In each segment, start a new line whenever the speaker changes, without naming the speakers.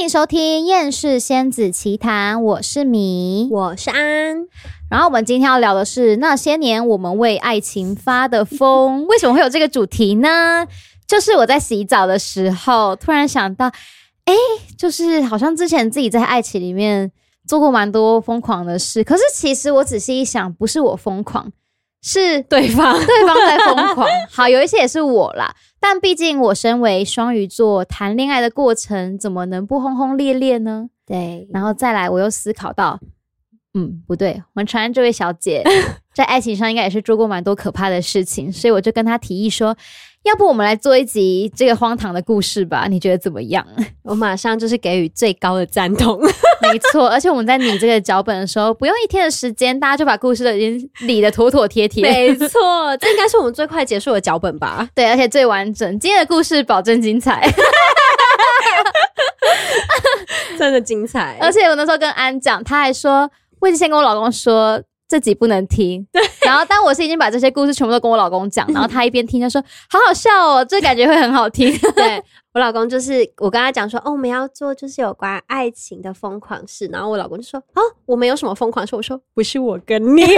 迎收听《厌世仙子奇谈》，我是米。
我是安，
然后我们今天要聊的是那些年我们为爱情发的 疯。为什么会有这个主题呢？就是我在洗澡的时候突然想到，哎，就是好像之前自己在爱情里面做过蛮多疯狂的事，可是其实我仔细一想，不是我疯狂，是
对 方
对方在疯狂。 好，有一些也是我啦，但毕竟我身为双鱼座，谈恋爱的过程怎么能不轰轰烈烈呢？
对
然后再来，我又思考到，嗯，不对，我们传安这位小姐在爱情上应该也是做过蛮多可怕的事情，所以我就跟她提议说，要不我们来做一集这个荒唐的故事吧？你觉得怎么样？
我马上就是给予最高的赞同，
没错，而且我们在拟这个脚本的时候，不用一天的时间，大家就把故事都已经理得妥妥帖帖。
没 错，这应该是我们最快结束的脚本吧？
对，而且最完整。今天的故事保证精彩，
真的精彩，
而且我那时候跟安讲，他还说，我已经先跟我老公说这集不能听。对。然后，但我是已经把这些故事全部都跟我老公讲，然后他一边听就说，好好笑哦，这感觉会很好 听。
对我老公就是我跟他讲说，哦，我们要做就是有关爱情的疯狂事，然后我老公就说，哦，我们有什么疯狂事？我说不是我跟你，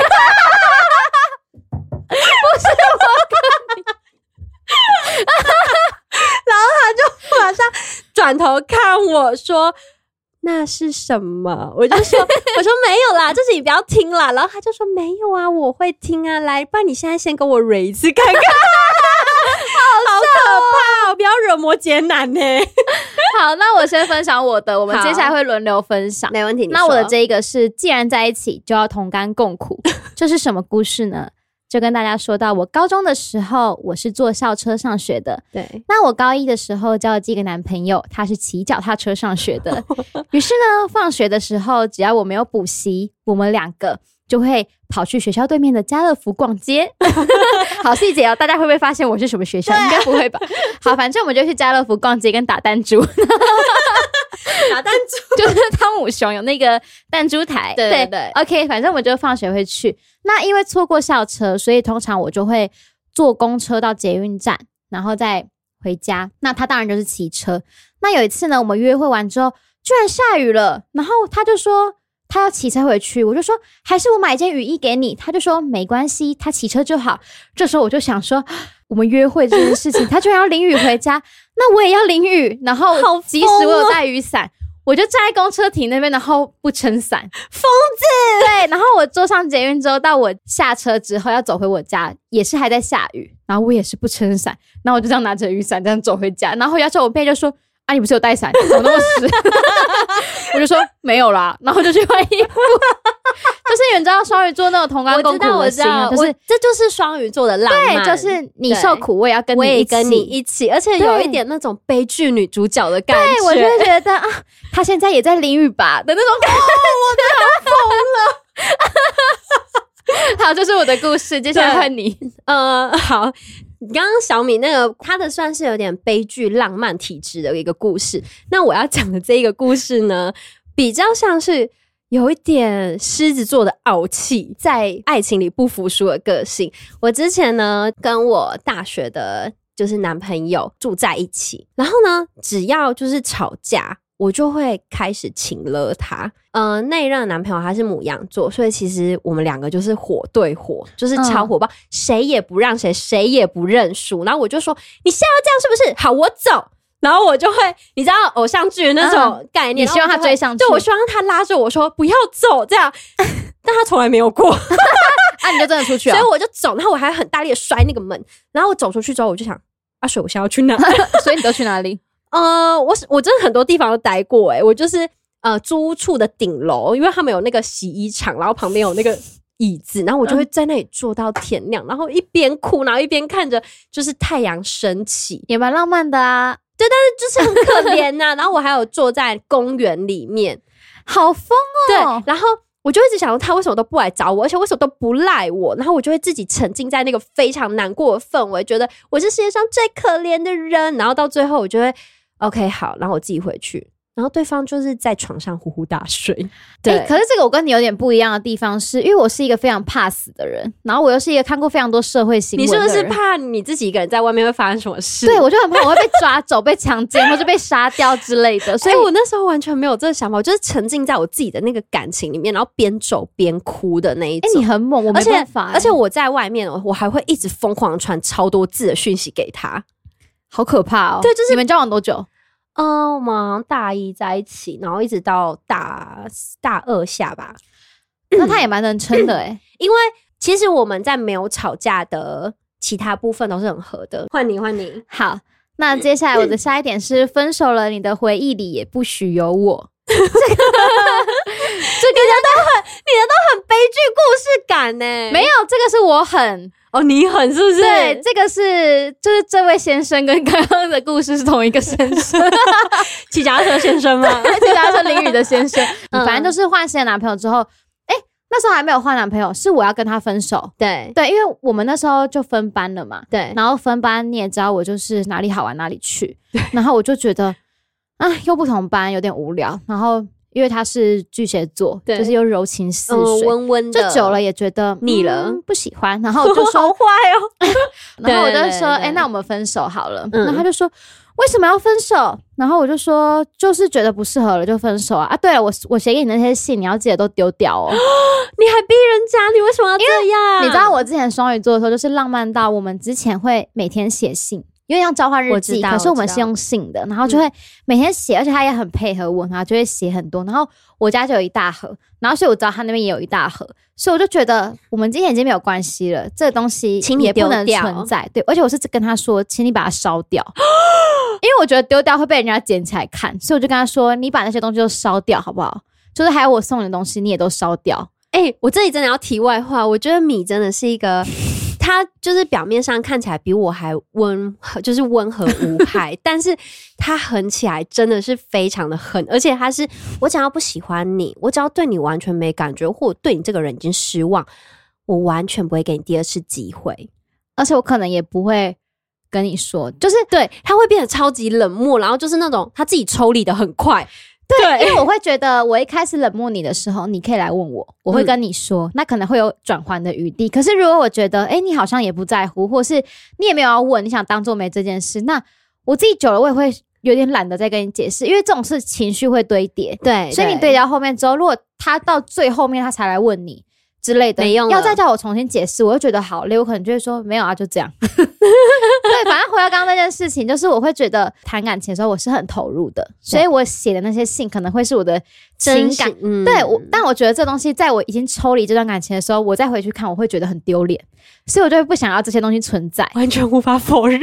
马上转头看我说。那是什么？我就说，我说没有啦，就是你不要听啦。然后他就说没有啊，我会听啊。来，不然你现在先跟我蕊一次看看，好可怕、哦！不要惹魔姐男欸呢、
好，那我先分享我的，我们
好
接下来会轮流分享。
没问题。你
那我的
说
这一个是，既然在一起就要同甘共苦，这是什么故事呢？就跟大家说到，我高中的时候我是坐校车上学的。
对，
那我高一的时候交了这个男朋友，他是骑脚踏车上学 的。于是呢，放学的时候只要我没有补习，我们两个就会跑去学校对面的家乐福逛 街。 好细节哦，大家会不会发现我是什么学校？
啊
应该不会吧？ 好，反正我们就去家乐福逛街跟打弹珠。
打弹珠，
就是汤姆熊有那个弹珠台，
对对对
o k 反正我就放学会去。那因为错过校车，所以通常我就会坐公车到捷运站，然后再回家。那他当然就是骑车。那有一次呢，我们约会完之后，居然下雨了，然后他就说。他要骑车回去，我就说还是我买一件雨衣给你，他就说没关系，他骑车就好。这时候我就想说，我们约会这件事情，他居然要淋雨回家， 那我也要淋雨。然后即使我有带雨伞，我就站在公车亭那边，然后不撑伞，
疯
子。对，然后我坐上捷运之后，到我下车之后要走回我家，也是还在下雨，然后我也是不撑伞，然后我就这样拿着雨伞这样走回家，然后回家之后我妹就说。啊，你不是有带伞，怎么那么湿？ 我就说没有啦，然后我就去换衣服。 就是你们知道双鱼座那种同甘
我
共
知
苦
道，我
的
知
心
道
啊，，就
我
是
这就是双鱼座的浪
对，
漫，
就是你
对
受苦，我也要跟
我
你
也
一
跟你
起。
一起，而且有
对
一点那种悲剧女主角的感觉。
对，我就会觉得啊，他现在也在淋雨吧的那种 哦感觉，我真的好疯了。好， 这是我的故事，接下来换你。
呃，好，刚刚小米那个他的算是有点悲剧浪漫体质的一个故事。那我要讲的这一个故事呢，比较像是有一点狮子座的傲气，在爱情里不服输的个性。我之前呢，跟我大学的就是男朋友住在一起，然后呢，只要就是吵架。我就会开始请了他，嗯、呃，那一任男朋友他是母羊座，所以其实我们两个就是火对火，就是超
嗯
火爆，谁也不让谁，谁也不认输。然后我就说，你现在要这样是不是？好，我走。然后我就会，你知道偶像剧那种概念，
你希望他追上去
对我嗯希望他拉着我说不要走这 样，但他从来没有过，
啊，你就真的出去
所
啊
以？我就走，然后我还很大力的摔那个门，然后我走出去之后，我就想，阿水，我现在要去哪？
所以你都去哪里？
呃，我是我真的很多地方都待过、欸，我就是呃租屋处的顶楼，因为他们有那个洗衣厂，然后旁边有那个椅子，然后我就会在那里坐到天亮，然后一边哭，然后一边看着就是太阳升起，
也蛮浪漫的啊，
就是很可怜呐、 然后我还有坐在公园里面，
好疯
对
哦！，
然后。我就一直想说他为什么都不来找我，而且为什么都不赖我，然后我就会自己沉浸在那个非常难过的氛围，觉得我是世界上最可怜的人。然后到最后，我就会 OK 好，然后我自己回去，然然后对方就是在床上呼呼大 睡。
对、
对，
可是这个我跟你有点不一样的地方是，因为我是一个非常怕死的人，然后我又是一个看过非常多社会新
你
闻的
是
人，
不是怕你自己一个人在外面会发生什么事？
对，我就很怕我会被抓走、被强奸或者被杀掉之类 的，所
所
以
以
我
哎我那时候完全没有这个想法，我就是沉浸在我自己的那个感情里面，然后边走边哭的那一
哎、
种。
你很猛，我
而
没
且
办法欸、
而且我在外面，我我还会一直疯狂传超多字的讯息给他。
好可怕哦、
对就是
你们交往多 久？
嗯，我们好像大一在一起，然后一直到大大二下吧。
那他也蛮能撑的哎、
其实我们在没有吵架的其他部分都是很合的。换你，换你，
好，那接下来我的下一点是，分手了，你的回忆里也不许有我。
很悲剧故事感呢、
没有，这个是我很
哦，你很是不是？
对，这个是就是这位先生跟刚刚的故事是同一个先生，
骑脚踏车先生吗？
就他是淋雨的先生。
嗯
反正就是换新的男朋友之后，哎、那时候还没有换男朋友，是我要跟他分手。
对
对，因为我们那时候就分班了嘛，
对，嗯
然后分班你也知道，我就是哪里好玩哪里去，然后我就觉得啊，又不同班，有点无聊。然后因为他是巨蟹座，
对
就是又柔情似
嗯，
水，
温温
就
的，
久了也觉得
腻了
嗯不喜欢。然后 我就说，
坏哦。
然后我就
对对
说，
对
哎、那我们分手好了。
嗯
然后他就说。为什么要分手？然后我就说，就是觉得不适合了，就分手啊！啊，对了，我我写给你那些信，你要记得都丢掉哦。
你还逼人家，你为什么要这样？
你知道我之前双鱼座的时候，就是浪漫到我们之前会每天写信，因为像交换日
我
记，
知道
可是我
我
们
知道嗯
是用信的，然后就会每天写，而且他也很配合我，然后就会写很多。然后我家就有一大盒，然后所以我知道他那边也有一大盒，所以我就觉得我们今天已经没有关系了，这个东西
请你
也不能
丢掉
存在。对，而且我是跟他说，请你把它烧 掉。因为我觉得丢掉会被人家捡起来看，所以我就跟他说：“你把那些东西都烧掉，好不好？就是还有我送你的东西，你也都烧掉。
哎、我这里真的要题外话，我觉得米真的是 一个，她就是表面上看起来比我还温，就是温和 无害，但是她狠起来真的是非常的狠，而且她是我只要不喜欢你，我只要对你完全没感觉，或我对你这个人已经失望，我完全不会给你第二次机会。
而且我可能也不会跟你说，就是
对，她会变得超级冷漠，然后就是那种她自己抽离的很快。
对，因为我会觉得我一开始冷漠你的时候，你可以来问我，我会跟你说，那可能会有转圜的余地。可是如果我觉得，哎、你好像也不在乎，或是你也没有要问，你想当做没这件事，那我自己久了我也会有点懒得再跟你解释，因为这种事情绪会堆叠，
对，
所以你对到后面之后，如果他到最后面他才来问你。之类的，
没用了
要再叫我重新解释，我就觉得好累，我可能就会说没有啊，就这样。 对，反正回到刚刚那件事情，就是我会觉得谈感情的时候我是很投入的，所以我写的那些信可能会是我的情
真
感。
是，嗯
对我，但我觉得这东西在我已经抽离这段感情的时候，我再回去看，我会觉得很丢脸，所以我就会不想要这些东西存在。
完全无法否 认。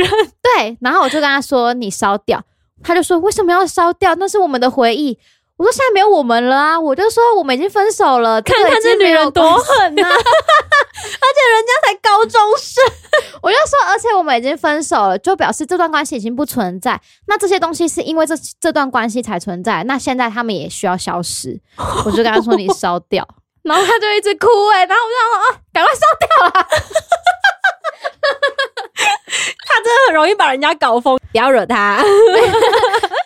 对，然后我就跟他说你烧掉，他就说为什么要烧掉？那是我们的回忆。我说现在没有我们了啊，我就说我们已经分手了。
看
个已
看这
经没
女
有
人多
关
狠 呐、而且人家才高中生，
我就说，而且我们已经分手了，就表示这段关系已经不存在。那这些东西是因为这这段关系才存在，那现在他们也需要消失。我就跟他说你烧掉， 然后他就一直哭哎、然后我就想说啊，赶快烧掉。
他真的很容易把人家搞疯，不要惹他。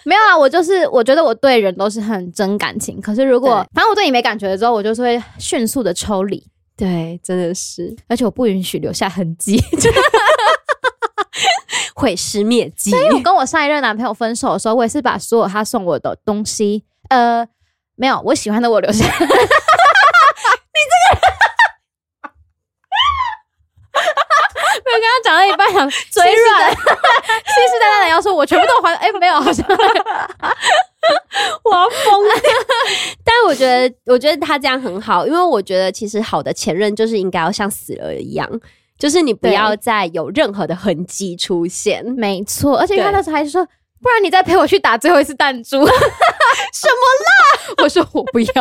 没有啊，我就是我觉得我对人都是很真感情，可是如果
对
反正我对你没感觉了之后，我就是会迅速的抽离，
对，真的是
而且我不允许留下痕迹。
毁尸灭迹。
因为我跟我上一任男朋友分手的时候，我也是把所有他送我的东西，呃，没有我喜欢的我留下。你这个人， 没有跟他讲到一半， 想
嘴 软，
信誓旦旦的要说，我全部都还，哎、没有，好像
我要疯掉。 但我觉得，我觉得他这样很好，因为我觉得其实好的前任就是应该要像死了一样，就是你不
对
要再有任何的痕迹出现。
没错。而且因为他那时候还说，不然你 再陪我去打最后一次弹珠，什么啦？我说我不要，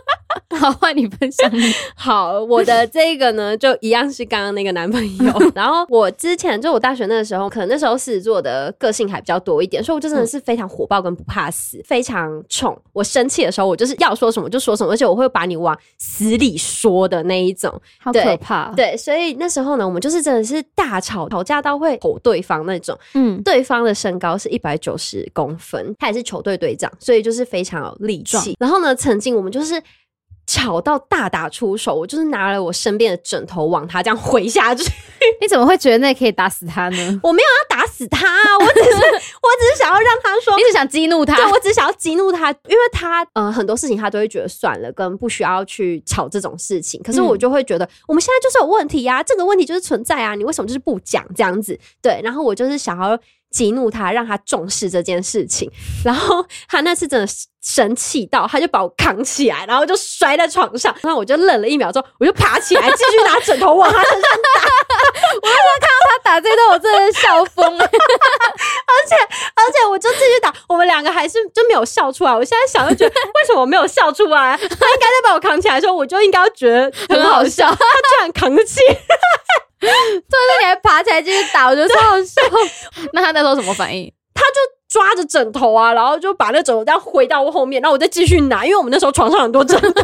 好，换你分享你。
好，我的这个呢，就一样是刚刚那个男朋友。然后我之前就我大学那个时候，可能那时候狮子座的个性还比较多一点，所以我就真的是非常火爆跟不怕死，非常冲。我生气的时候，我就是要说什么就说什么，而且我会把你往死里说的那一种。
好
对
可怕。，
对，所以那时候呢，我们就是真的是大吵，吵架到会吼对方那种。
嗯，
对方的身高是一百九十公分，他也是球队队长，所以就是非常有力
壮
气。然后呢，曾经我们就是。吵到大打出手，我就是拿了我身边的枕头往他这样挥下去，
你怎么会觉得那可以打死他呢？
我没有要打死他啊，我只是 我只是想要让他说
你，只想激怒他
对，我只想要激怒他，因为他呃很多事情他都会觉得算了，跟不需要去吵这种事情。可是我
嗯
就会觉得、我们现在就是有问题呀、这个问题就是存在啊，你为什么就是不讲这样子？对，然后我就是想要激怒他，让他重视这件事情。然后他那次真的生气到，他就把我扛起来，然后就摔在床上。然后我就愣了一秒钟，我就爬起来继续拿枕头往他身上
他打这段，我真的笑疯 了。
而且我就继续打，我们两个还是就没有笑出来。我现在想就觉得，为什么我没有笑出 来？他应该在把我扛起来的时候，我就应该觉得很好笑。他居然扛得起，
那你还爬起来继续打，我觉得超好笑。 那他那时候什么反应？
抓着枕头啊，然后就把那枕头这样回到我后面，然后我再继续拿，因为我们那时候床上很多枕头。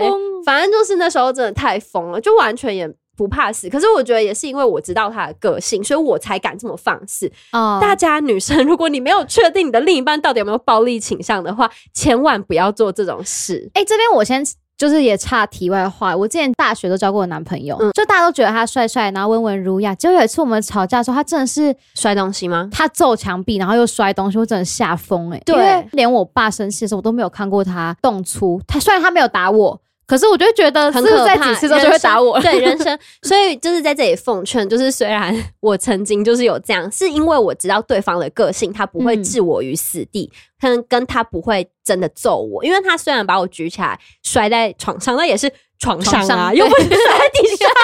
好疯哦
反正就是那时候真的太疯了，就完全也。不怕死，可是我觉得也是因为我知道他的个性，所以我才敢这么放肆。
哦
大家女生，如果你没有确定你的另一半到底有没有暴力倾向的话，千万不要做这种事。
哎、这边我先就是也插题外话，我之前大学都交过我男朋友，
嗯
就大家都觉得他帅帅，然后温文儒雅。结果有一次我们吵架的时候，他真的是
摔东西吗？
他揍墙壁，然后又摔东西，我真的吓疯哎！
对
因为连我爸生气的时候，我都没有看过他动粗。他虽然他没有打我，可是我就会觉得
很
是不
可
是
怕，
在几次之后就会打我
人生对人生，所以就是在这里奉劝，就是虽然 我曾经就是有这样，是因为我知道对方的个性，他不会
嗯
置我于死地，跟、跟他不会真的揍我，因为他虽然把我举起来摔在床上，那也是床上啊，
床上
又不是摔在地上。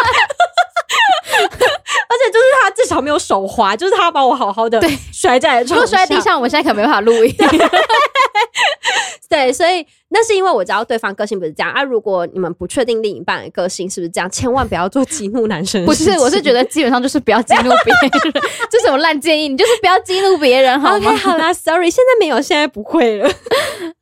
而且就是他至少没有手滑，就是他把我好好的
对
摔 在
如
床
果摔
上，
地上，我们现在可没办法录 音。
对，所以那是因为我知道对方个性不是这样啊。如果你们不确定另一半的个性是不是这样，千万不要做激怒男生。
不是，我是觉
得。
得基本上就是不要激怒别人， 这什么烂建议？你就是不要激怒别人好
OK，
吗？
好啦，Sorry，现在没有，现在不会了。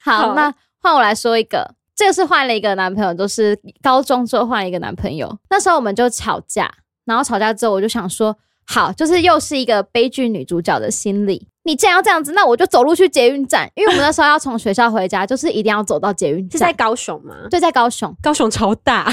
好
好，那换我来说一个，这个是换了一个男朋友，就是高中之后换了一个男朋友。那时候我们就吵架，然后吵架之后我就想说，好，就是又是一个悲剧女主角的心理。你既然要这样子，那我就走路去捷运站，因为我们那时候要从学校回家，就是一定要走到捷运
是在
站。
高雄吗？
对，在高雄。 啊
高雄超大，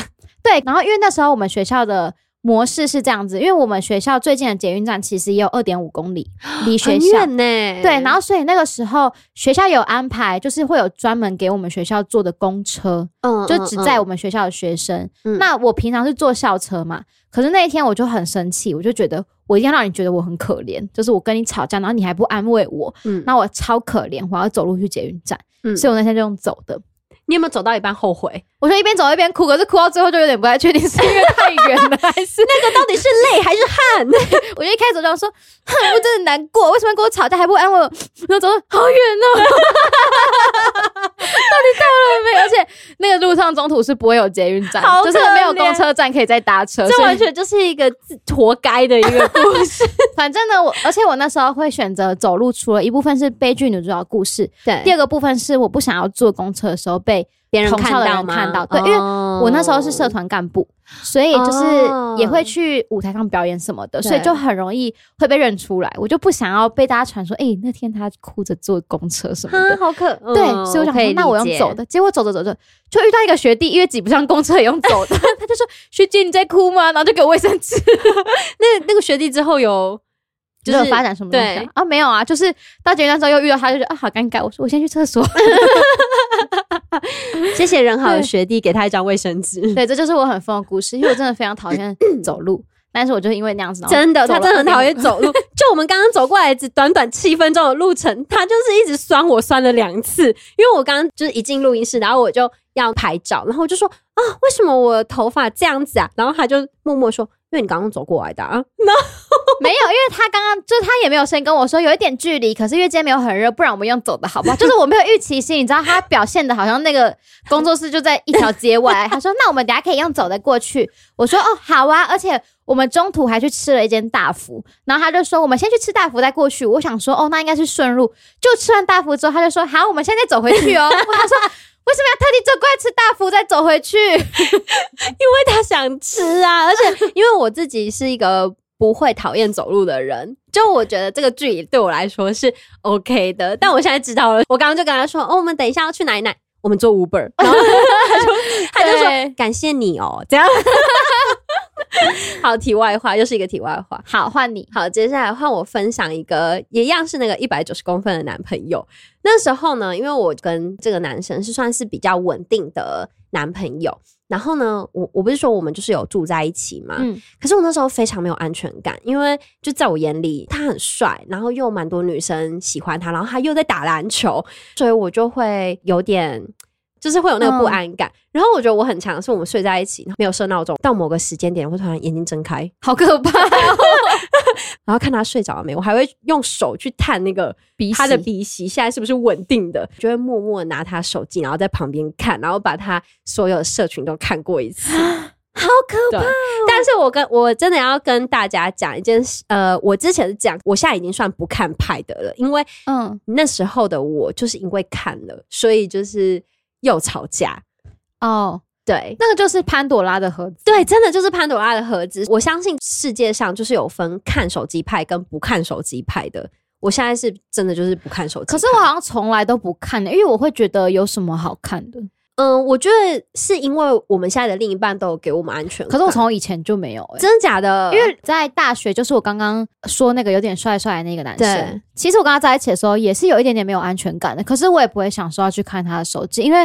对，然后因为那时候我们学校的模式是这样子，因为我们学校最近的捷运站其实也有二点五公里，离学
很
校。
远呢。
对，然后所以那个时候学校有安排，就是会有专门给我们学校坐的公车，
嗯
就只载我们学校的学生。
嗯
那我平常是坐校车嘛，可是那一天我就很生气，我就觉得我一定要让你觉得我很可怜，就是我跟你吵架，然后你还不安慰我，
嗯
那我超可怜，我要走路去捷运站，
嗯
所以我那天就用走的。
你有没有走到一半后悔？
我就一边走一边哭，可是哭到最后就有点不太确定是因为太远了，还是
那个到底是累 还是汗？
我就一开始就想说， 哼，我真的难过，为什么要跟我吵架还不安慰我？然后走好远哦， 到底到了没？而且那个路上中途是不会有捷运站
好，可
就
怜
是没有公车站可以再搭车，
这
所以
完全就是一个自活该的一个故 事。
反正呢，我而且我那时候会选择走路，除了一部分是悲剧女主角的故事，
对
第二个部分是我不想要坐公车的时候被
别人
同
看
校的
到哦
人
吗？
看到，对，因为
为
我那时候是社团干部，所以就是
哦
也会去舞台上表演什么的，
对
所以就很容易会被认出来。我就不想要被大家传说，哎、那天他哭着坐公车什么
啊，
的。
好哦可
对，所以我想说，那我用走。的。结果走着走着，就遇到一个学弟，因为挤不上公车也用走的， 他就说：“学姐你在哭吗？”然后就给我卫生纸。
那那个学弟之后有
就
就是
是发展什么东西啊
对
啊？没有啊，就是到捷运站之后又遇到他，就觉得啊好尴尬。我说我先去厕所。
谢谢人好的
对
学弟给他一张卫生纸。
对，这就是我很疯的故事，因为我真的非常讨厌走路，但是我就是因为那样子，然后
真的，
走
他
了
真的
2.5
很讨厌走 路。就我们刚刚走过来，只短短七分钟的路程，他就是一直酸我，酸了两次。因为我刚刚就是一进录音室，然后我就要拍照，然后我就说啊，为什么我头发这样子啊？然后他就默默说因为你刚刚走过来 的、啊，
没有，因为他刚刚就是他也没有先跟我说有一点距离，可是因为今天没有很热，不然我们用走的好不好？就是我没有预期心，你知道他表现的好像那个工作室就在一条街外。他说：“那我们等下可以用走的过去。”我说：“哦，好啊。”而且我们中途还去吃了一间大福，然后他就说：“我们先去吃大福再过去。”我想说：“哦，那应该是顺路。”就吃完大福之后，他就说：“好，我们现在走回去哦。”他说。为什么要特地走过来吃大福再走回去？
因为他想吃啊，而且因为我自己是一个不会讨厌走路的人，就我觉得这个距离对我来说是 OK 的。但我现在知道了，我刚刚就跟他说，哦，我们等一下要去哪里哪里，我们做 Uber，然后他就
对
说感谢你哦，这样。 好，题外话，又是一个题外话。
好，换你。
好，接下来换我分享一个，一样是那个一百九十公分的男朋友。那时候呢，因为我跟这个男生是算是比较稳定的男朋友，然后呢，我我不是说我们就是有住在一起嘛，
嗯，
可是我那时候非常没有安全感，因为就在我眼里他很帅，然后又蛮多女生喜欢他，然后他又在打篮球，所以我就会有点。就是会有那个不安感，然后我觉得我很强，是我们睡在一起，没有设闹钟，到某个时间点会突然眼睛睁开，
好可怕哦！
然后看他睡着了没，我还会用手去探那个
鼻
他的
息
鼻息现在是不是稳定的，就会默默拿他手机，然后在旁边看，然后把他所有的社群都看过一次。
好可怕
对，但是我跟我真的要跟大家讲一件事，呃，我之前是讲，我现在已经算不看派的了，因为
嗯
那时候的我就是因为看了，所以就是又吵架。
哦，
对，
那个就是潘朵拉的盒子。
对，真的就是潘朵拉的盒子。我相信世界上就是有分看手机派跟不看手机派的。我现在是真的就是不看手机派，
可是我好像从来都不看、欸的，因为我会觉得有什么好看的。
嗯，我觉得是因为我们现在的另一半都有给我们安全感。
可是我从以前就没有、欸，
真的假的，
因为在大学，就是我刚刚说那个有点帅帅的那个男
对
生，其实我跟他在一起的时候也是有一点点没有安全感的。可是我也不会想说要去看他的手机，因为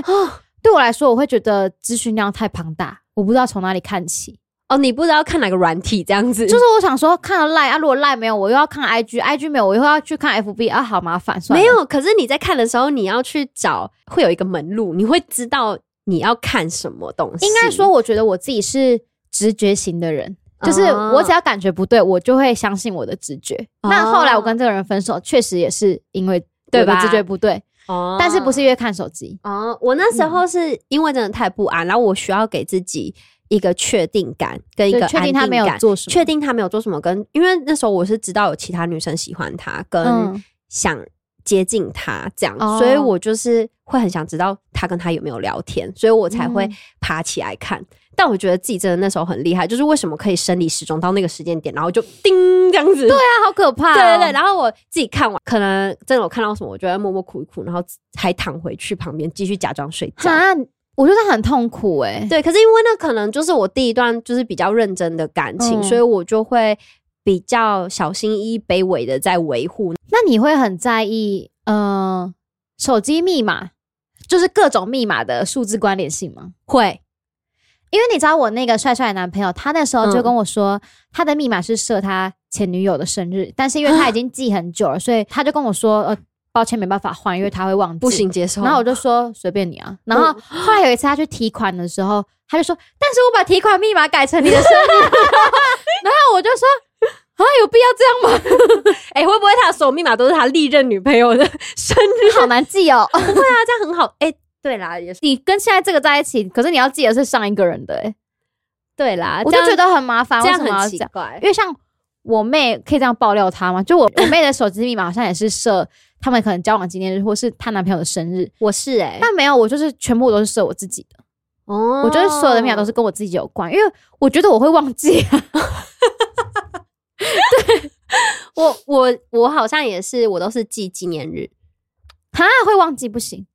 对我来说，我会觉得资讯量太庞大，我不知道从哪里看起。
哦，你不知道看哪个软体这样子，
就是我想说，看了 Line 啊，如果 Line 没有，我又要看 IG，IG 没有，我又要去看 FB 啊，好麻烦。算了
没，有。可是你在看的时候，你要去找会有一个门路，你会知道你要看什么东西。
应该说，我觉得我自己是直觉型的人，就是
哦
我只要感觉不对，我就会相信我的直觉。
哦
那后来我跟这个人分手，确实也是因为
对
我的
吧
直觉不对，
哦
但是不是嗯因为看手机？
哦，我那时候是因为真的太不安，然后我需要给自己一个确定感跟一
就
个
确
安
定
定
他没有
感
做什么，
确定他没有做什么跟，因为那时候我是知道有其他女生喜欢他，跟
嗯
想接近他这样，
哦
所以我就是会很想知道他跟他有没有聊天，所以我才会
嗯
爬起来看。但我觉得自己真的那时候很厉害，就是为什么可以生理时钟到那个时间点，然后就叮这样子。对、
啊，好可怕、
对对对。，然后我自己看完，可能真的有看到什么，我就会默默哭一哭，然后还躺回去旁边继续假装睡觉。
啊，我觉得很痛苦哎、
对，可是因为那可能就是我第一段就是比较认真的感情，
嗯
所以我就会比较小心翼翼、卑微的在维护。
那你会很在意呃手机密码，就是各种密码的数字关联性吗？
会，
因为你知道我那个帅帅的男朋友，他那时候就
嗯
跟我说，他的密码是设他前女友的生日，但是因
啊
为他已经记很久了，所以他就跟我说，呃，抱歉没办法换，因为他会忘记。
不。行哦接受。
然后我就说随便你啊。然后后来有一次他去提款的时候，他就说，但是我把提款密码改成你的生日。 然后我就说。啊，有必要这样吗？
哎、会不会他的所有密码都是他历任女朋友的生 日？
好难记哦。
不会啊，这样很好。哎、对啦，也是
你跟现在这个在一起，可是你要记得是上一个人的、欸，
对啦，
我
这
就
样
觉得很麻烦。
这样
为什么要这
很奇
样？
怪
因。为像我妹可以这样爆料她吗？就 我我妹的手机密码好像也是设他们可能交往纪念日或是她男朋友的生日，
我是哎、
但没有，我就是全部都是设我自己的。
哦
我觉得所有的密码都是跟我自己有关，因为我觉得我会忘记、 啊。
我我我好像也是，我都是记纪念日。
哈，会忘记不行。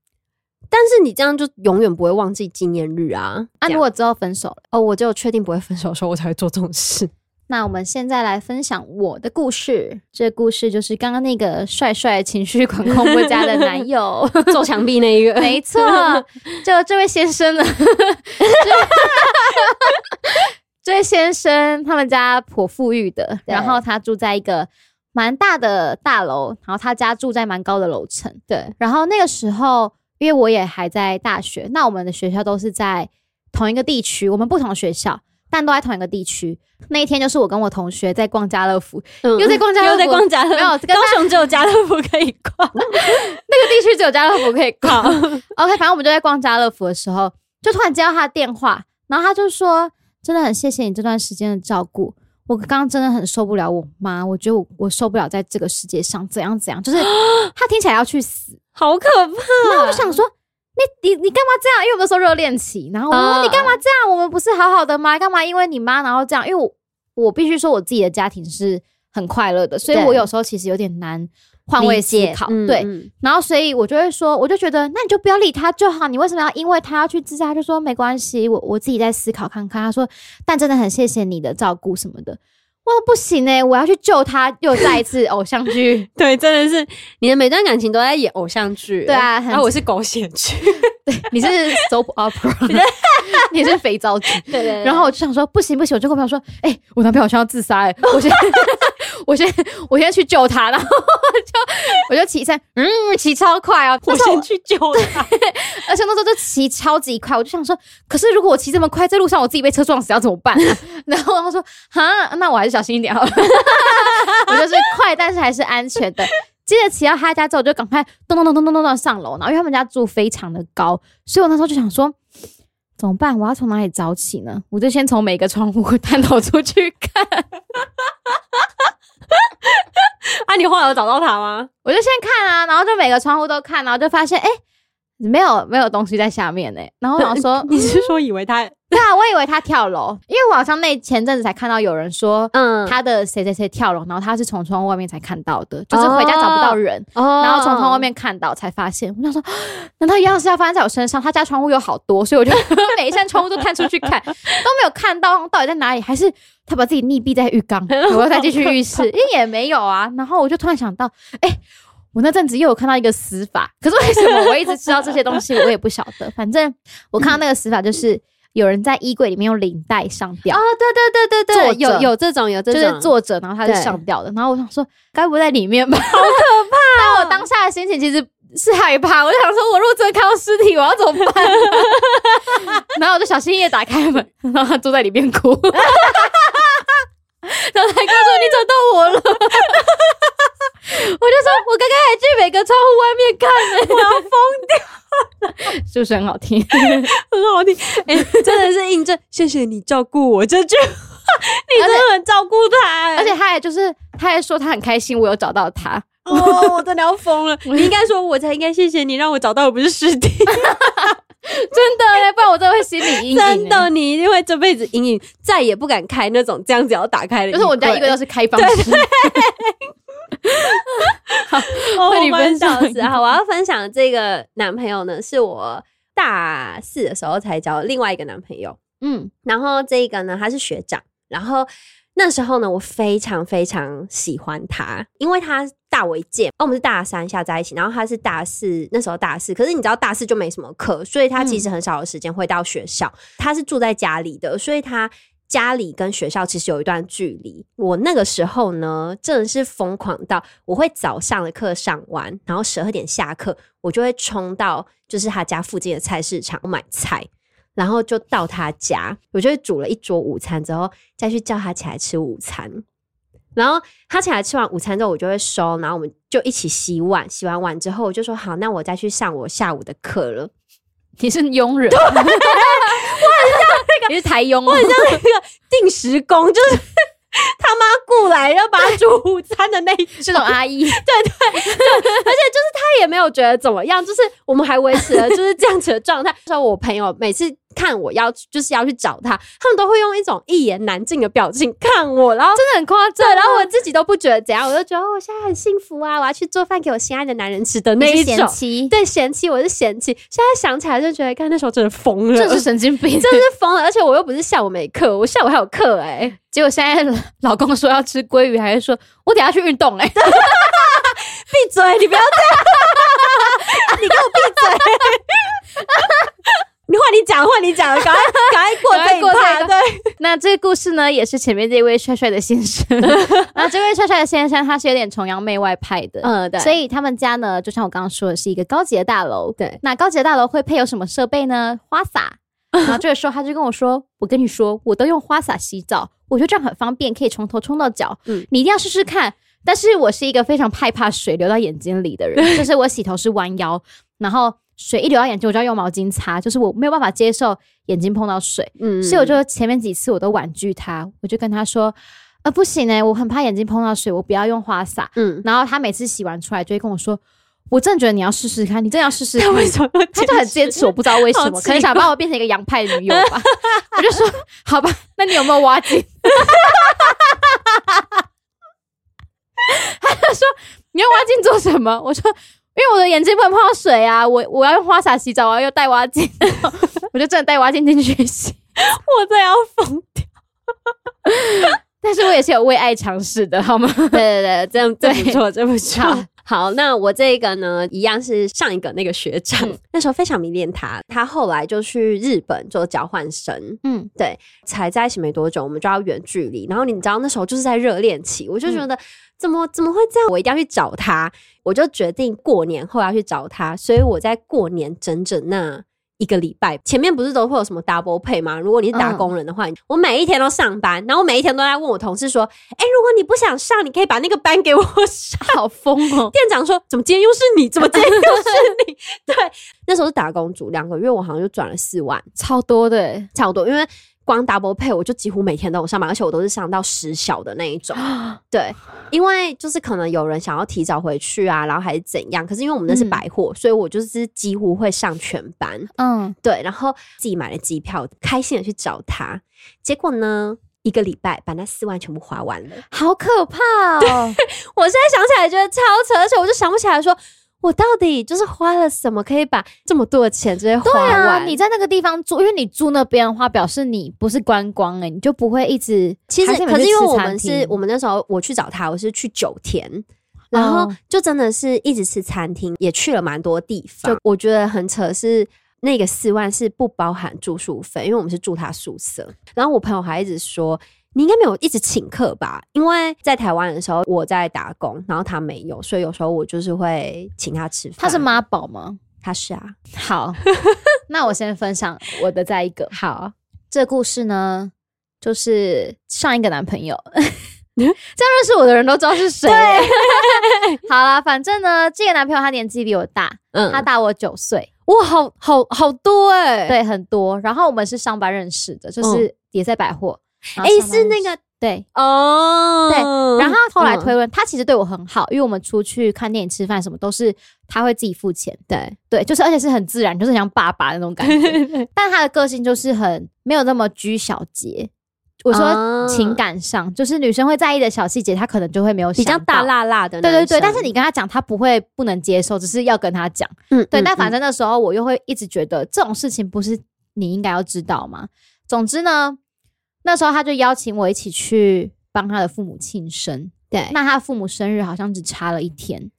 但是你这样就永远不会忘记纪念日啊！
啊，
这
如
样
果之后分手了，
哦，我只有确定不会分手的时候，我才会做这种 事。
那我们现在来分享我的故事。这故事就是刚刚那个帅帅情绪管控不佳的男 友。
做墙壁那一 个，
没错，就这位先生呢， 这这位先生他们家颇富裕的，
对
然后他住在一个蛮大的大楼，然后他家住在蛮高的楼层。
对，
然后那个时候，因为我也还在大学，那我们的学校都是在同一个地区，我们不同学校。但都在同一个地区。那一天就是我跟我同学在逛家乐福，
嗯
又在逛家乐福
又在逛家乐福，
没有跟大
高雄只有家乐福可以
那
逛。
个地区只有家乐福可以逛。
好
OK，反正我们就在逛家乐福的时候，就突然接到他的电话，然后他就说：“真的很谢谢你这段时间的照顾，我刚刚真的很受不了我妈，我觉得我我受不了在这个世界上怎样怎样。”就是 他听起来要去死，
好可
那我
怕！
就想说。你你你干嘛这样？因为我们说热恋期，然后我说、
嗯
你干嘛这样？我们不是好好的吗？干嘛因为你妈然后这样？因为我我必须说我自己的家庭是很快乐的，所以
对
我有时候其实有点难换位思考。
嗯
对，
嗯
然后所以我就会说，我就觉得那你就不要理他就好，你为什么要因为他要去自杀？他就说没关系，我我自己再思考看看。他说，但真的很谢谢你的照顾什么的。哇，不行哎、我要去救他，又再一次偶像剧。
对，真的是你的每段感情都在演偶像剧。
对啊很
然后我是狗血剧。
你是 soap opera，你是肥皂剧。
对对
然后我就想说，不行不行，我就跟我朋友说，哎、我男朋友好像要自杀、欸，我先 我先我先去救他，然后我就我就骑车，嗯，骑超快哦，
我
那时候
先去救他。
而且那时候就骑超级快，我就想说，可是如果我骑这么快，在路上我自己被车撞死要怎么办、啊？ 然后他说，哈，那我还是小心一点好了。我就是快，但是还是安全的。接着骑到他家之后，我就赶快咚咚咚咚咚咚咚上楼，然后因为他们家住非常的高，所以我那时候就想说。怎么办？我要从哪里找起呢？我就先从每个窗户探头出去看，
啊，你后来有找到他 吗？
我就先看啊，然后就每个窗户都看，然后就发现哎、没有没有东西在下面呢、然后我想说，
你是说以为他？
对啊，我以为他跳楼，因为我好像那前阵子才看到有人说
嗯，
他的谁谁谁跳楼，然后他是从窗户外面才看到的，就是回家找不到人，
哦
然后从窗外，面看到才发现。我想说，难道一样是要发生在我身上？他家窗户有好多，所以我就 每一扇窗户都探出去看，都没有看到到底在哪里，还是他把自己溺毙在浴缸，我要再进去浴室，因为也没有啊。然后我就突然想到，哎、我那阵子又有看到一个死法，可是为什么我一直知道这些东西，我也不晓得。反正我看到那个死法就是有人在衣柜里面用领带上吊。
哦，对对对对
坐
对，
着
有有这种有这
就
种，
是作者，然后他是
对
上吊的，然后我想说，该不会在里面吧？ 好可怕、哦 但我当下的心情其实是害怕，我就想说，我如果真的看到尸体，我要怎么办、 然后我就小心翼翼地打开门， 然后他坐在里面哭， 然后他还跟我说：“你找到我了。”我 就说：“我刚刚还去每个窗户外面看呢、我要疯掉了，是不是很好听？
很 好听。哎、真的是印证，谢谢你照顾我这句话，你真的很照顾他、哎
而且他也就是，他还说他很开心，我有找到他。
哦，我真的要疯了。你应该说，我才应该谢谢你，让我找到我不是尸体。
真的嘞，不然我真的会心理阴影、
真的，你一定会这辈子阴影，再也不敢开那种这样子要打开的。
就是我家衣柜都是开放式，
哦
为你
我们
分享
笑死好，我要分享这个男朋友呢，是我大四的时候才交另外一个男朋友，
嗯，
然后这一个呢，他是学长，然后那时候呢，我非常非常喜欢他，因为他大我一届，哦我们是大三下在一起，然后他是大四，那时候大四，可是你知道大四就没什么课，所以他其实很少有时间会到学校，他是住在家里的，所以他。家里跟学校其实有一段距离。我那个时候呢，真的是疯狂到我会早上的课上完，然后十二点下课，我就会冲到就是他家附近的菜市场买菜，然后就到他家，我就会煮了一桌午餐之后，再去叫他起来吃午餐。然后他起来吃完午餐之后，我就会收，然后我们就一起洗碗。洗完碗之后，我就说好，那我再去上我下午的课了。
你是佣人，我很像 那个，你是台佣哦，
定时工就是 他妈雇来要把他煮午餐的那 一
这种阿姨，
也没有觉得怎么样，就是我们还维持了就是这样子的状态。说我朋友每次看我要就是要去找他，他们都会用一种一言难尽的表情看我，然后
真的很夸
对
张，，
然后我自己都不觉得怎样，我就觉得哦我现在很幸福啊，我要去做饭给我心爱的男人吃的那
你
一
是贤。
种
妻，
对，嫌弃我是嫌弃，现在想起来就觉得，看那时候真的疯了，
这是神经病。
真是疯了，而且我又不是下午没课，我下午还有课哎、
结果现在老公说要吃鲑鱼，还是说我等下去运动哎，
闭嘴！你不要这 样，你给我闭嘴！你换你讲，换你讲，赶快赶快过这
赶快
一趴，
过这一段
对，
那这个故事呢，也是前面这位帅帅的先 生。那这位帅帅的先生，他是有点崇洋媚外派的，
嗯对
所以他们家呢，就像我刚刚说的，是一个高级的大楼。
对，
那高级的大楼会配有什么设备呢？花洒。然后这个时候他就跟我说：“我跟你说，我都用花洒洗澡，我觉得这样很方便，可以从头冲到脚。
嗯
你一定要试试看。”但是我是一个非常害怕水流到眼睛里的 人，就是我洗头是弯腰，然后水一流到眼睛，我就要用毛巾擦，就是我没有办法接受眼睛碰到水，
嗯
所以我就前面几次我都婉拒他，我就跟他说：“呃，不行呢、我很怕眼睛碰到水，我不要用花洒。”
嗯，
然后他每次洗完出来就会跟我说：“我真的觉得你要试试看，你真的要试试看。”
他为什么要
他就很坚
坚持
持，我 不知道为什
好
么，
奇
可能想把我变成一个洋派女友 吧。我就说：“好吧，那你有没有挖井？” 他就说：“你用挖镜做什么？”我说：“因为我的眼睛不能碰到水啊，我我要用花洒洗澡，我要用带挖镜。” 我就真的带挖镜进去洗，
我这要疯掉。
但是我也是有为爱尝试的，好吗？
对对对，这这不错，这不错
好。
好，那我这个呢，一样是上一个那个学长，
嗯
那时候非常迷恋他，他后来就去日本做交换生，
嗯，
才在一起没多久，我们就要远距离。然后你知道那时候就是在热恋期，我就觉得、怎么怎么会这样？我一定要去找他，我就决定过年后要去找他。所以我在过年整整那一个礼拜，前面不是都会有什么 double pay 吗？如果你是打工人的话，我每一天都上班，然后我每一天都在问我同事说：“哎、如果你不想上，你可以把那个班给我上。”
好疯哦！
店长说：“怎么今天又是你？怎么今天又是你？” 对，那时候是打工族，两个月我好像就赚了四万。
超多的欸，
差不多，因为光 double pay 我就几乎每天都有上班，而且我都是上到十小的那一种。对，因为就是可能有人想要提早回去啊，然后还是怎样，可是因为我们那是百货，所以我就是几乎会上全班。
嗯，
对，然后自己买了机票，开心的去找他，结果呢？一个礼拜把那四万全部花完了，
好可怕 哦！
我现在想起来觉得超扯，而且我就想不起来说，我到底就是花了什么，可以把这么多的钱直接花
对
完？
啊，你在那个地方住，因为你住那边的话，表示你不是观光哎、你就不会一直。
其实
还，你
可
们
是
去
因为
吃
我
餐
们
厅
是我们那时候我去找他，我是去九田，然后
哦
就真的是一直吃餐厅，也去了蛮多地方。就我觉得很扯是。那个四万是不包含住宿费，因为我们是住他宿舍。然后我朋友还一直说，你应该没有一直请客吧？因为在台湾的时候我在打工，然后他没有，所以有时候我就是会请他吃饭。
他是？妈宝吗？
他是啊。
好， 那我先分享我的再一个。
好，
这故事呢，就是上一个男朋 友，这样认识我的人都知道是谁。 好啦，反正呢，这个男朋友他年纪比我大，
嗯，
他大我九岁，
哇，好好好多哎、
对，很多。然后我们是上班认识的，
嗯
就是也在百货。然
哎
后、上班
是
认
那
识
个
对，
哦，
对然后后来
嗯
推论，他其实对我很好，因为我们出去看电影、吃饭什么都是他会自己付钱。
对，
对，就是而且是很自然，就是很像爸爸那种感觉。 但他的个性就是很没有那么拘小节。我说
哦
情感上，就是女生会在意的小细节，他可能就会没有
比较
想
大
到。
辣辣的
对
男
对
生，
对，但是你跟他讲，他不会不能接受，只是要跟他讲。
嗯，嗯
对，但反
嗯
正那时候我又会一直觉得这种事情不是你应该要知道嘛。总之呢，那时候他就邀请我一起去帮他的父母庆生，
对，
那他父母生日好像只差了一天，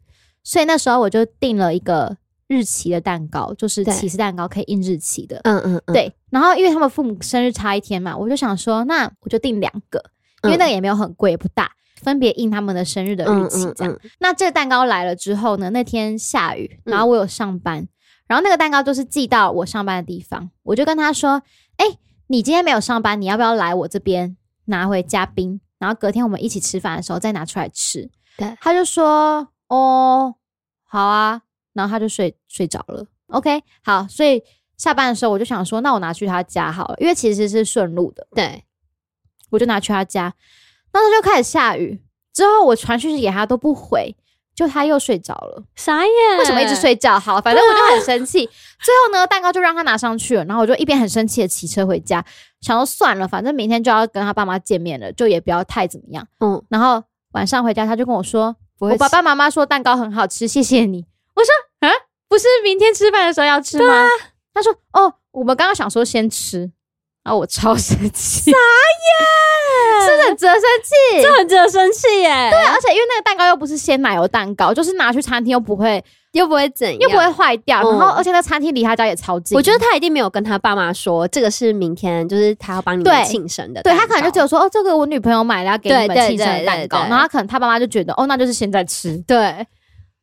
所以那时候我就订了一个日期的蛋糕，就是
对
起司蛋糕可以印日期的。
嗯嗯嗯，
对，然后因为他们父母生日差一天嘛，我就想说，那我就订两个，因为那个也没有很贵，也不大，分别印他们的生日的
嗯
日期这样。
嗯嗯
那这个蛋糕来了之后呢，那天下雨，
嗯
然后我有上班，然后那个蛋糕就是寄到我上班的地方，我就跟他说：“哎、你今天没有上班，你要不要来我这边拿回家冰？然后隔天我们一起吃饭的时候再拿出来吃。”
对
他就说：“哦，好啊。”然后他就睡睡着了。OK，好，所以下班的时候我就想说，那我拿去他家好了，因为其实是顺路的。
对，
我就拿去他家，当时就开始下雨。之后我传讯息给他都不回，就他又睡着了。
傻眼，
为什么一直？睡觉？好，反正我就很生气。最后呢，蛋糕就让他拿上去了，然后我就一边很生气的骑车回家，想说算了，反正明天就要跟他爸妈见面了，就也不要太怎么样。
嗯，
然后晚上回家，他就跟我说：“
不
我
会
爸
吃
爸妈妈说蛋糕很好吃，谢谢你。”我说：“啊，不是明天吃饭的时候要吃吗？”他说：“哦，我们刚刚想说先吃。”然后我超 生气，是不是很值得生气。
这很值得生气耶，
对，而且因为那个蛋糕又不是鲜奶油蛋糕，就是拿去餐厅又不会
又不会怎样，
又不会。坏掉，然后
嗯
而且那餐厅离他家也超近。
我觉得他一定没有跟他爸妈说，这个是明天，就是他要帮你
对
们庆生的
对
蛋
他
糕。
可能就只有说哦，这个我女朋友买了要给你
对
们
对
庆生的
对
蛋
对
糕，
对
然后他可能他爸妈就觉得哦，那就是现在吃。
对，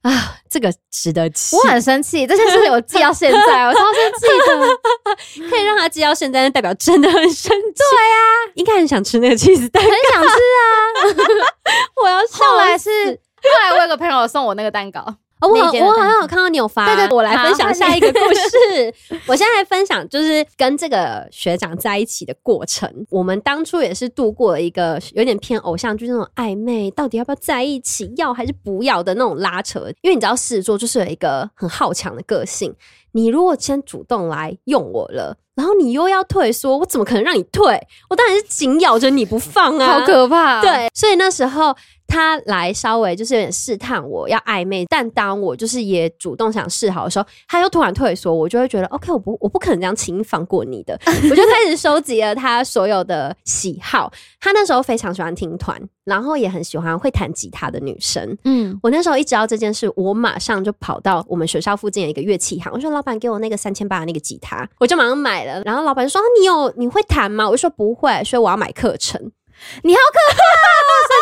啊，这个值得气
我，很生气，这件事情我记到现在，我超生气的。
可以让他记到现在，那代表真的很生气。对呀、应该很想吃那个 cheese 蛋，
啊很想吃。啊
我要笑
后
了。
来是啊后来我有个朋友送我那个 蛋糕，
哦我好
那间的
我好
蛋
像
糕
有看到你有发，
对对对
我来
好
分享下一个故 事。我现在来分享就是跟这个学长在一起的过程。我们当初也是度过了一个有点偏偶像剧那种暧昧，到底要不要在一起，要还是不要的那种拉扯。因为你知道狮子座就是有一个很好强的个性，你如果先主动来用我了。然后你又要退缩，我怎么可能让你退？我当然是紧咬着你不放啊！
好可怕、，
对，所以那时候他来稍微就是有点试探我要暧昧，但当我就是也主动想示好的时候，他又突然退缩，我就会觉得 OK，我不我不可能这样轻易放过你的，我就开始收集了他所有的喜好。他那时候非常喜欢听团，然后也很喜欢会弹吉他的女生。
嗯，
我那时候一知道这件事，我马上就跑到我们学校附近的一个乐器行，我说老板给我那个三千八的那个吉他，我就马上买了。然后老板就说、啊你有你会弹吗？我就说不会，所以我要买课程。
你好可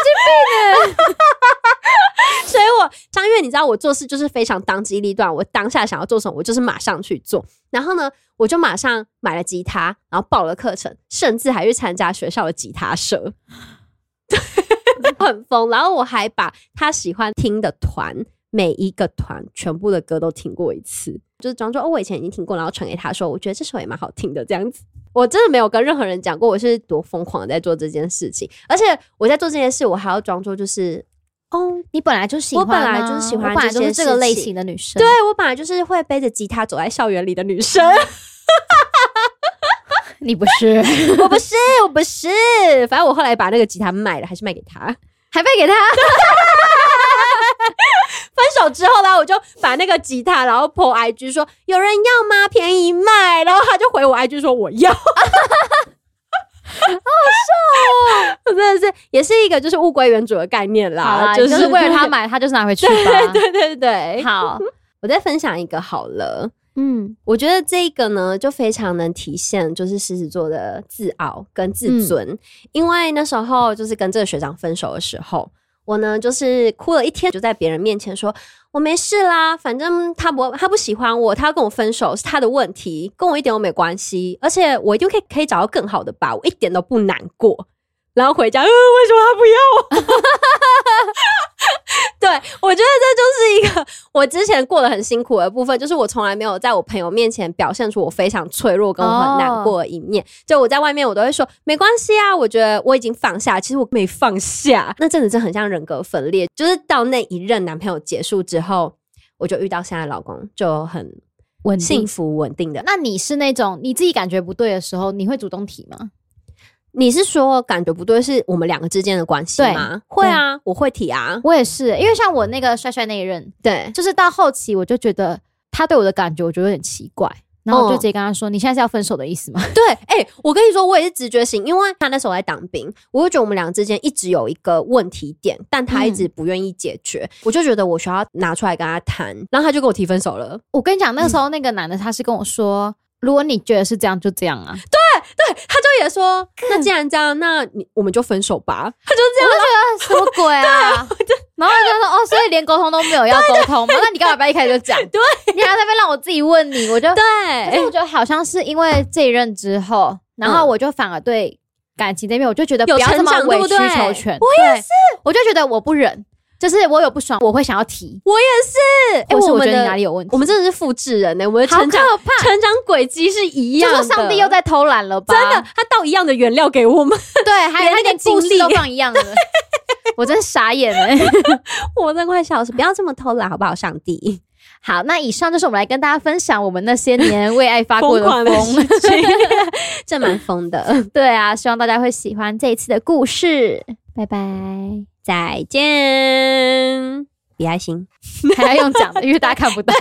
哦欸 所以我张月，你知道我做事就是非常当机立断，我当下想要做什么，我就是马上去做。然后呢，我就马上买了吉他，然后报了课程，甚至还去参加学校的吉他社， 对，很疯。然后我还把他喜欢听的团每一个团全部的歌都听过一次，就是装作哦，我以前已经听过，然后传给他说，我觉得这首也蛮好听的，这样子。我真的没有跟任何人讲过我是多疯狂的在做这件事情，而且我在做这件事，我还要装作就是哦，
你本来就喜欢、啊，
我本来就喜欢
我本来就是这个类型的女生。
对我本来就是会背着吉他走在校园里的女生，
你不 是
我不是，我不是。反正我后来把那个吉他卖了，还是卖给他。
还卖 给他？
分手之后呢，我就把那个吉他，然后 po IG 说有人要吗？便宜卖。然后他就回我 IG 说我要。好笑哦！我真的是，也是一个就是物归原主的概念啦，
好啦，
就
你就是为了他。买，他就是拿回去吧。
对对 对，
好，
我再分享一个好了。
嗯，
我觉得这个呢，就非常能体现就是狮子座的自傲跟自尊，因为那时候就是跟这个学长分手的时候，我呢就是哭了一天，就在别人面前说我没事啦，反正他不他不喜欢我，他要跟我分手是他的问题，跟我一点都没关系，而且我一定可以可以找到更好的吧，我一点都不难过。然后回家，呃，为什么他不要我？ 对，我觉得这就是一个我之前过得很辛苦的部分，就是我从来没有在我朋友面前表现出我非常脆弱跟我很难过的一面。就我在外面，我都会说没关系啊，我觉得我已经放下，其实我没放下。 那阵子真的很像人格分裂，就是到那一任男朋友结束之后，我就遇到现在的老公，就很
稳
幸
定。
福稳定的。
那你是那种你自己感觉不对的时候，你会主动提吗？
你是说感觉不对，是我们两个之间的关系
对
吗？会啊，我会提啊，
我也是，因为像我那个帅帅那一任，
对。
就是到后期我就觉得他对我的感觉，我觉得有点奇怪，然后我就直接跟他说：“你现在是要分手的意思吗
对，哎、我跟你说，我也是直觉型，因为他那时候在当兵，我就觉得我们俩之间一直有一个问题点，但他一直不愿意解决，我就觉得我需要拿出来跟他谈，然后他就跟我提分手了。？”
我跟你讲，那时候那个男的他是跟我说：“如果你觉得是这样，就这样啊。”
对，他就也说，那既然这样，那你我们就分手吧。他就这
我
样，
就觉得什么鬼啊！然后就说哦，所以连沟通都没有要沟通吗？那你干嘛不要一开始就讲？
对，
你还在那边让我自己问你，我就可是
对，
我觉得好像是因为这一任之后，然后我就反而对感情这边，我就觉得
嗯有
不要这么
成长
委曲
对不对
求全。我也是，我就觉得我不忍，就是我有不爽，我会想要提。
我也是。哎、
或是
我
我
们
觉得你
的
哪里有问题？
我们真的是复制人呢、我们的
好
成
可
长
怕，
成长轨迹是一
就
样的。
说上帝又在偷懒了吧？
真的，他倒一样的原料给我们，
对，还有
连那
那
个
个故
经历
事都放一样的，我真傻眼哎、
我真的快笑死！不要这么偷懒好不好？上帝。
好，那以上就是我们来跟大家分享我们那些年为爱发过
疯狂
的
的
疯。
这蛮疯的。
对啊，希望大家会喜欢这一次的故事。拜拜，
再见，比爱心。
还要用讲的，因为大家看不到。